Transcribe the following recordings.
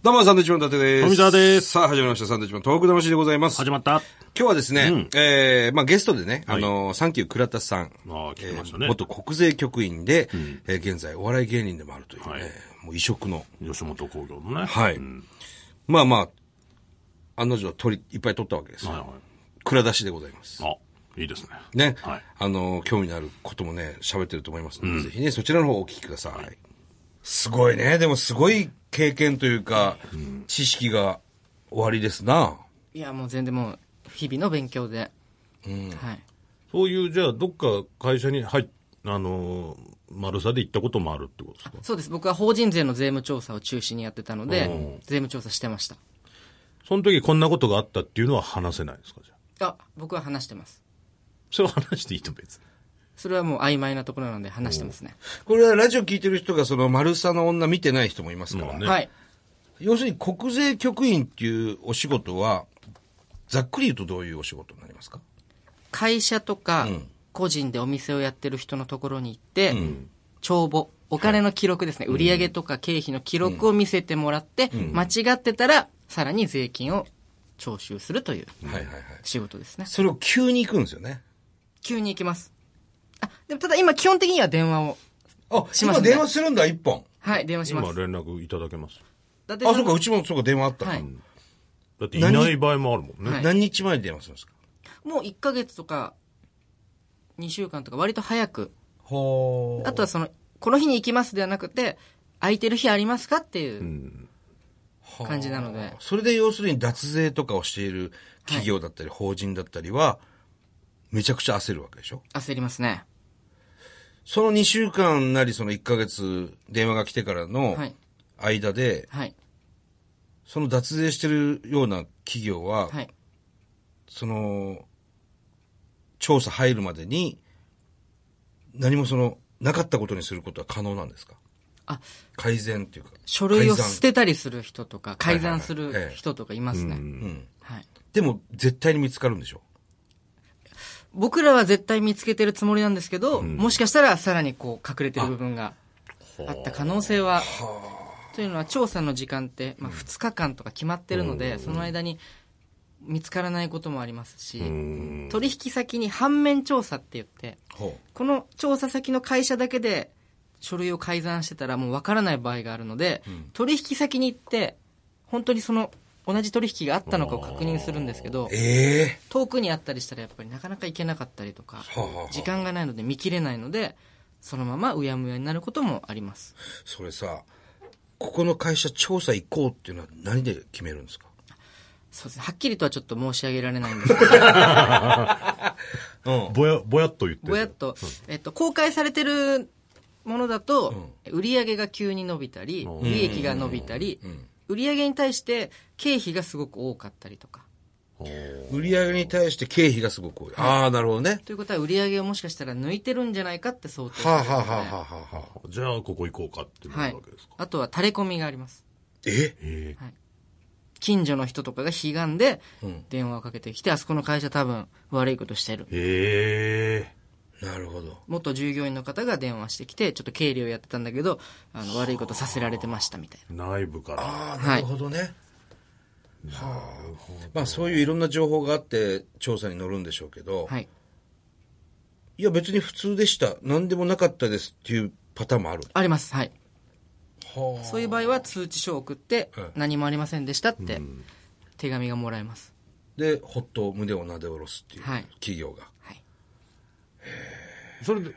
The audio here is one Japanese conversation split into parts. どうも、サンドウィッチマン伊達です。富澤ですさあ、始まりました。サンドウィッチマントーク魂でございます。始今まった。日はですね、えー、まあゲストでね、あのー、サンキュー倉田さん。ああ来てましたねえー元国税局員で、えー現在お笑い芸人でもあるというね、はいもう異色の。吉本興業のね。はい。うんまあまあ、案の定取り、いっぱい取ったわけですよ。はいはい。蔵出しでございます。あ、いいですね。ね。はいあのー、興味のあることもね、喋ってると思いますので、ぜひね、そちらの方をお聞きください。すごいね。でもすごい経験というか、知識が終わりですな。いや、もう全然もう、日々の勉強で。はい。そういう、じゃあ、どっか会社に、はい、あのー、丸さで行ったこともあるってことですかそうです。僕は法人税の税務調査を中心にやってたので、税務調査してました。その時こんなことがあったっていうのは話せないですかじゃあ。あ、僕は話してます。それは話していいと別に。それはもう曖昧なところなので話してますね。これはラジオ聞いてる人がその丸さの女見てない人もいますから。まあねはい。要するに国税局員っていうお仕事は、ざっくり言うとどういうお仕事になりますか会社とか、個人でお店をやってる人のところに行って、帳簿、お金の記録ですね。売上とか経費の記録を見せてもらって、間違ってたら、さらに税金を徴収するというはいはいはい。仕事ですね。それを急に行くんですよね。急に行きます。あ、でもただ今基本的には電話をあ、しま今すね電話するんだ、一本。はい、電話し今ます。連絡いただけます。あ、あ、そうか、うちもそうか、電話あった、はい。だっていない場合もあるもんね。何はい何日前に電話するんですかもう1ヶ月とか、2週間とか、割と早く。ほあとはその、この日に行きますではなくて、空いてる日ありますかっていう感じなので。それで要するに脱税とかをしている企業だったり、法人だったりは、めちゃくちゃ焦るわけでしょ焦りますね。その2週間なり、その1ヶ月、電話が来てからのはい間で、はい。その脱税してるような企業は、はい。その、調査入るまでに、何もその、なかったことにすることは可能なんですかあ、改善っていうか。書類を改ざん捨てたりする人とか、い改はいざんする人とかいますね。んはい。でも、絶対に見つかるんでしょ僕らは絶対見つけてるつもりなんですけど、もしかしたらさらにこう隠れてる部分があった可能性は、というのは調査の時間って、まあ、2日間とか決まってるので、その間に見つからないこともありますし、取引先に反面調査って言って、ほう。この調査先の会社だけで書類を改ざんしてたらもうわからない場合があるので、取引先に行って、本当にその同じ取引があったのかを確認するんですけど、ええ遠くにあったりしたらやっぱりなかなか行けなかったりとかはあはあ、時間がないので見切れないので、そのままうやむやになることもあります。それさ、ここの会社調査行こうっていうのは何で決めるんですかそうですね。はっきりとはちょっと申し上げられないんですけど、ぼや、ぼやっと言ってるぼやっと、えっと、公開されてるものだと、売上が急に伸びたり、うん利益が伸びたり、売上に対して経費がすごく多かったりとか。売上に対して経費がすごく多い。ああ、なるほどね。ということは売上をもしかしたら抜いてるんじゃないかって想定はあ、はあはあははあはあはあ、じゃあ、ここ行こうかってなはいるわけですか。。あとは垂れ込みがあります。ええ近所の人とかが悲願で電話をかけてきて、あそこの会社多分悪いことしてる。えへえなるほど。元従業員の方が電話してきて、ちょっと経理をやってたんだけど、あの、悪いことさせられてましたみたい内部から。ああ、はいなるほどね。はあ、まあそういういろんな情報があって調査に乗るんでしょうけど、、な。はいい。や別に普通でした。何でもなかったですっていうパターンもある。あります。はい。はそういう場合は通知書を送ってはい、何もありませんでしたって、手紙がもらえます。で、ほっと胸をなで下ろすっていうはい企業が。はい。それで、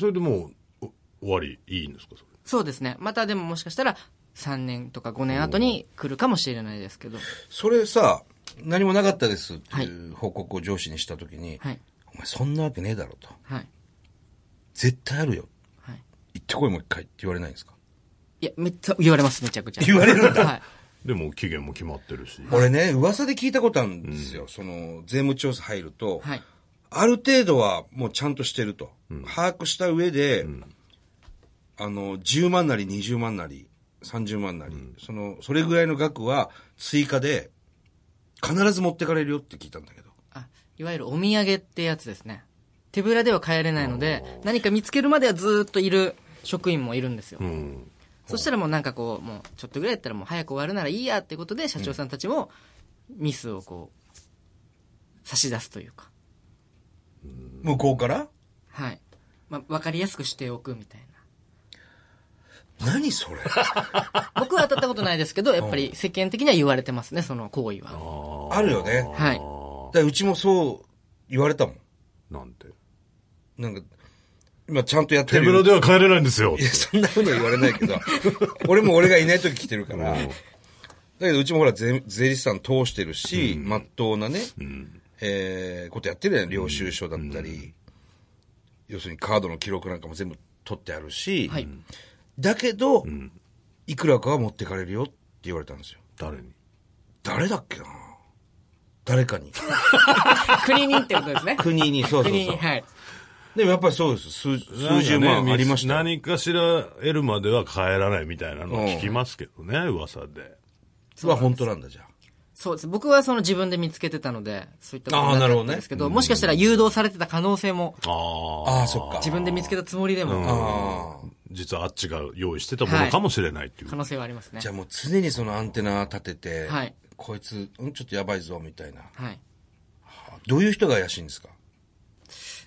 それでもう、お終わり、いいんですかそれ。そうですね。またでももしかしたら、3年とか5年後に来るかもしれないですけど、それさ、何もなかったですっていう報告を上司にしたときに、はい。お前そんなわけねえだろと。はい。絶対あるよ。はい。行ってこいもう一回って言われないんですかいや、めっちゃ言われます、めちゃくちゃ。言われるんだはい。でも、期限も決まってるし。俺ね、噂で聞いたことあるんですよ。その、税務調査入ると、はいある程度はもうちゃんとしてると。把握した上で、あの、10万なり20万なり、30万なり、その、それぐらいの額は追加で、必ず持ってかれるよって聞いたんだけど。あ、いわゆるお土産ってやつですね。手ぶらでは帰れないので、何か見つけるまではずーっといる職員もいるんですよ。うん。そしたらもうなんかこう、もうちょっとぐらいやったらもう早く終わるならいいやってことで、社長さんたちもミスをこう、差し出すというか。向こうからはい。まあ、わかりやすくしておくみたいな。何それ僕は当たったことないですけど、やっぱり世間的には言われてますね、その行為は。あるよね。だかはい。らうちもそう言われたもん。なんて。なんか、今ちゃんとやって手るよぶらでは帰れないんですよい。や、そんなふうには言われないけど、俺も俺がいない時来てるから、だけどうちもほら税税理士さん通してるし、ま、っとうなね、えー、ことやってるやん、領収書だったり、要するにカードの記録なんかも全部取ってあるし、はい。だけど、いくらかは持ってかれるよって言われたんですよ。誰に誰だっけな誰かに。国にってことですね。 国に、そうそう国そに、う。はい。でもやっぱりそうです。数数十万ありましたよ。何かしら得るまでは帰らないみたいなのを聞きますけどね、噂で。それは本当なんだじゃあ。そうです。僕はその自分で見つけてたので、そういったことあーにななるるほどんねですけど、もしかしたら誘導されてた可能性も、ああ。ああ、そっか。自分で見つけたつもりでも、ああ。実はあっちが用意してたものかもしれないっていう。可能性はありますねじゃ。あもう常にそのアンテナ立てて、はいこいつ、うん、ちょっとやばいぞ、みたいな。はい。どういう人が怪しいんですか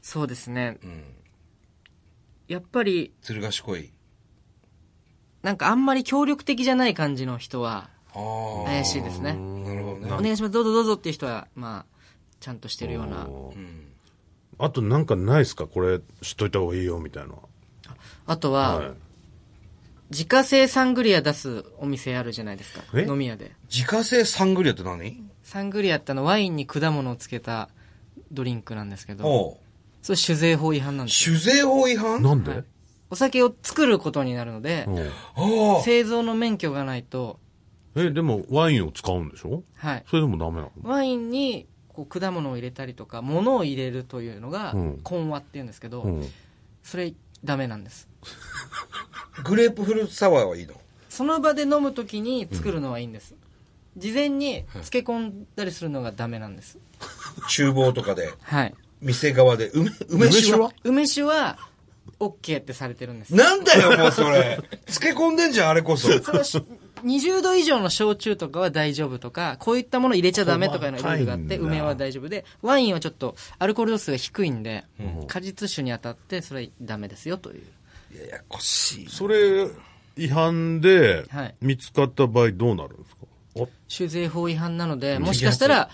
そうですね。やっぱり、ずる賢い。なんかあんまり協力的じゃない感じの人は、あ怪しいですね。あ、なるほどね。お願いします、どうぞどうぞっていう人は、まあ、ちゃんとしてるような。あとなんかないですかこれ知っといた方がいいよみたいな。あとは、はい自家製サングリア出すお店あるじゃないですか。え飲み屋で。自家製サングリアって何サングリアってあのワインに果物をつけたドリンクなんですけど、おうそれ酒税法違反なんですよ。酒税法違反あなんで、お酒を作ることになるのでう、んあ。製造の免許がないと、え、でもワインを使うんでしょはい。それでもダメなのワインにこう果物を入れたりとか、物を入れるというのがうん、混和って言うんですけど、うん。それダメなんです。グレープフルーツサワーはいいのその場で飲むときに作るのはいいんです。事前に漬け込んだりするのがダメなんです。厨房とかで、 はい。店側で。梅、梅酒は梅酒は、OK ってされてるんです。なんだよ、もうそれ。漬け込んでんじゃん、あれこそ。そのし20度以上の焼酎とかは大丈夫とか、こういったもの入れちゃダメとかいうのルールがあ細かって、いんだ梅は大丈夫で、ワインはちょっとアルコール度数が低いんで、果実酒に当たって、それはダメですよという。ややこしい。それ違反ではい見つかった場合どうなるんですか、酒税法違反なので、もしかしたら、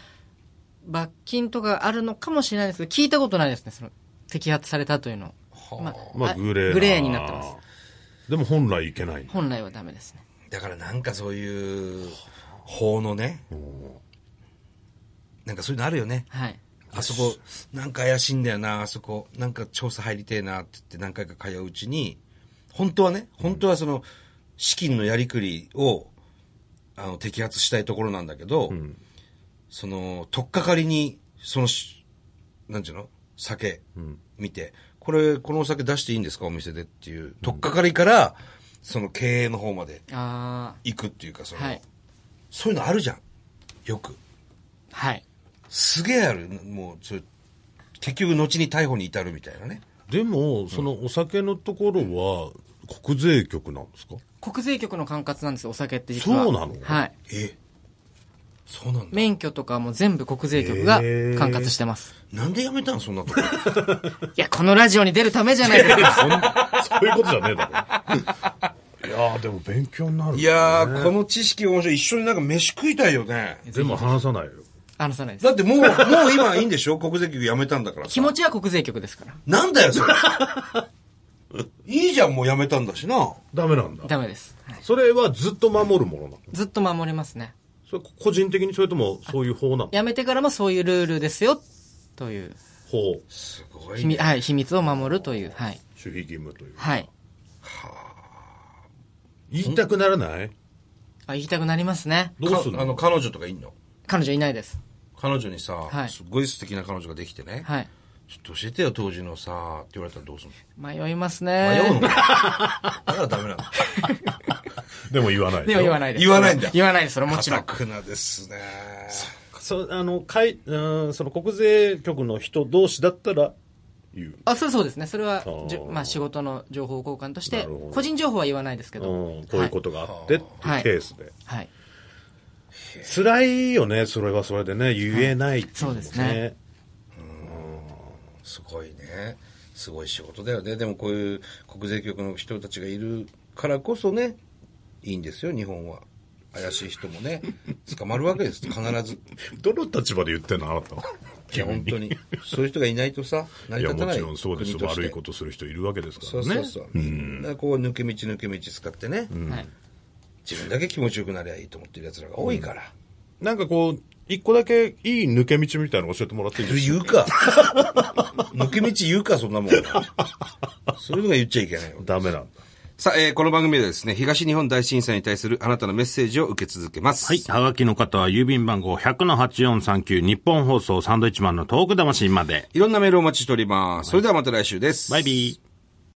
罰金とかあるのかもしれないですけど、聞いたことないですね、その、摘発されたというのを。ままあ、グレーなグレーになってます。。でも本来いけない。本来はダメですね。だからなんかそういう、法のね、なんかそういうのあるよね。はい。あそこ、なんか怪しいんだよな、あそこ、なんか調査入りてえなって言って何回か通ううちに、本当はね、本当はその、資金のやりくりを、あの、摘発したいところなんだけど、その、とっかかりに、そのし、なんちゅうの酒、見て、これ、このお酒出していいんですかお店でっていう、とっかかりから、その経営の方まであ行くっていうか、そあ、の、はい。そういうのあるじゃん。よく。はい。すげえある。もう、それ、結局後に逮捕に至るみたいなね。でも、そのお酒のところは国税局なんですか国税局の管轄なんですよ、お酒って実は。そうなのはい。えそうなんだ。免許とかも全部国税局が管轄してます。なんでやめたんそんなとこ。いや、このラジオに出るためじゃないです か。そんそういうことじゃねえだろ。いやー、でも勉強にな る。いやー、この知識面白い。一緒になんか飯食いたいよね。でも話さないよ。話さないですだ。ってもう、もう今いいんでしょ国税局辞めたんだからさ。気持ちは国税局ですから。なんだよ、それ。 いいじゃん、もう辞めたんだしな。ダメなんだ。ダメです。はいそれはずっと守るものなの。ずっと守れますね。それ個人的にそれともそういう法なの辞めてからもそういうルールですよ、という。法、すごい秘ね。密、はい、秘密を守るという。はい。守秘義務という。はい。言いたくならないあ、行きたくなりますね。どうすんかあの、の彼女とかいんの彼女いないです。彼女にさ、はいすっごい素敵な彼女ができてね。はい。ちょっと教えてよ、当時のさ、って言われたらどうする迷いますの迷うのね。かだからダメな の。でも言わないでも言わないです。言わないんだ言わないです、それもちろ堅ん。くなですね。そうあのかいうんその国税局の人同士だったらいう。あ、それそうですね。それは、じあゅーまあ仕事の情報交換としてなるほど、個人情報は言わないですけど。うん、こういうことがあってってはいいうケースで。はい。はい。辛いよね、それはそれでね、言えないっていのもそうですね。すごいね。すごい仕事だよね。でもこういう国税局の人たちがいるからこそね、いいんですよ、日本は。怪しい人も ね、捕まるわけです、必ず。どの立場で言ってんの、あなたは。いや、本当に。そういう人がいないとさ、成いりや、立たもない。ちろんそうですよ。国として悪いことする人いるわけですかそらうね。そうそう。みんなこう、抜け道抜け道使ってね、はい。自分だけ気持ちよくなりゃいいと思ってる奴らが多いから。なんかこう、一個だけいい抜け道みたいなの教えてもらっていいですか言う か。抜け道言うか、そんなもん。そういうのが言っちゃいけないよ。ダメなんだ。さあ、えーこの番組ではですね、東日本大震災に対するあなたのメッセージを受け続けます。はい。はがきの方は郵便番号100-8439日本放送サンドイッチマンのトーク魂まで。いろんなメールをお待ちしております。それではまた来週です。バイビー。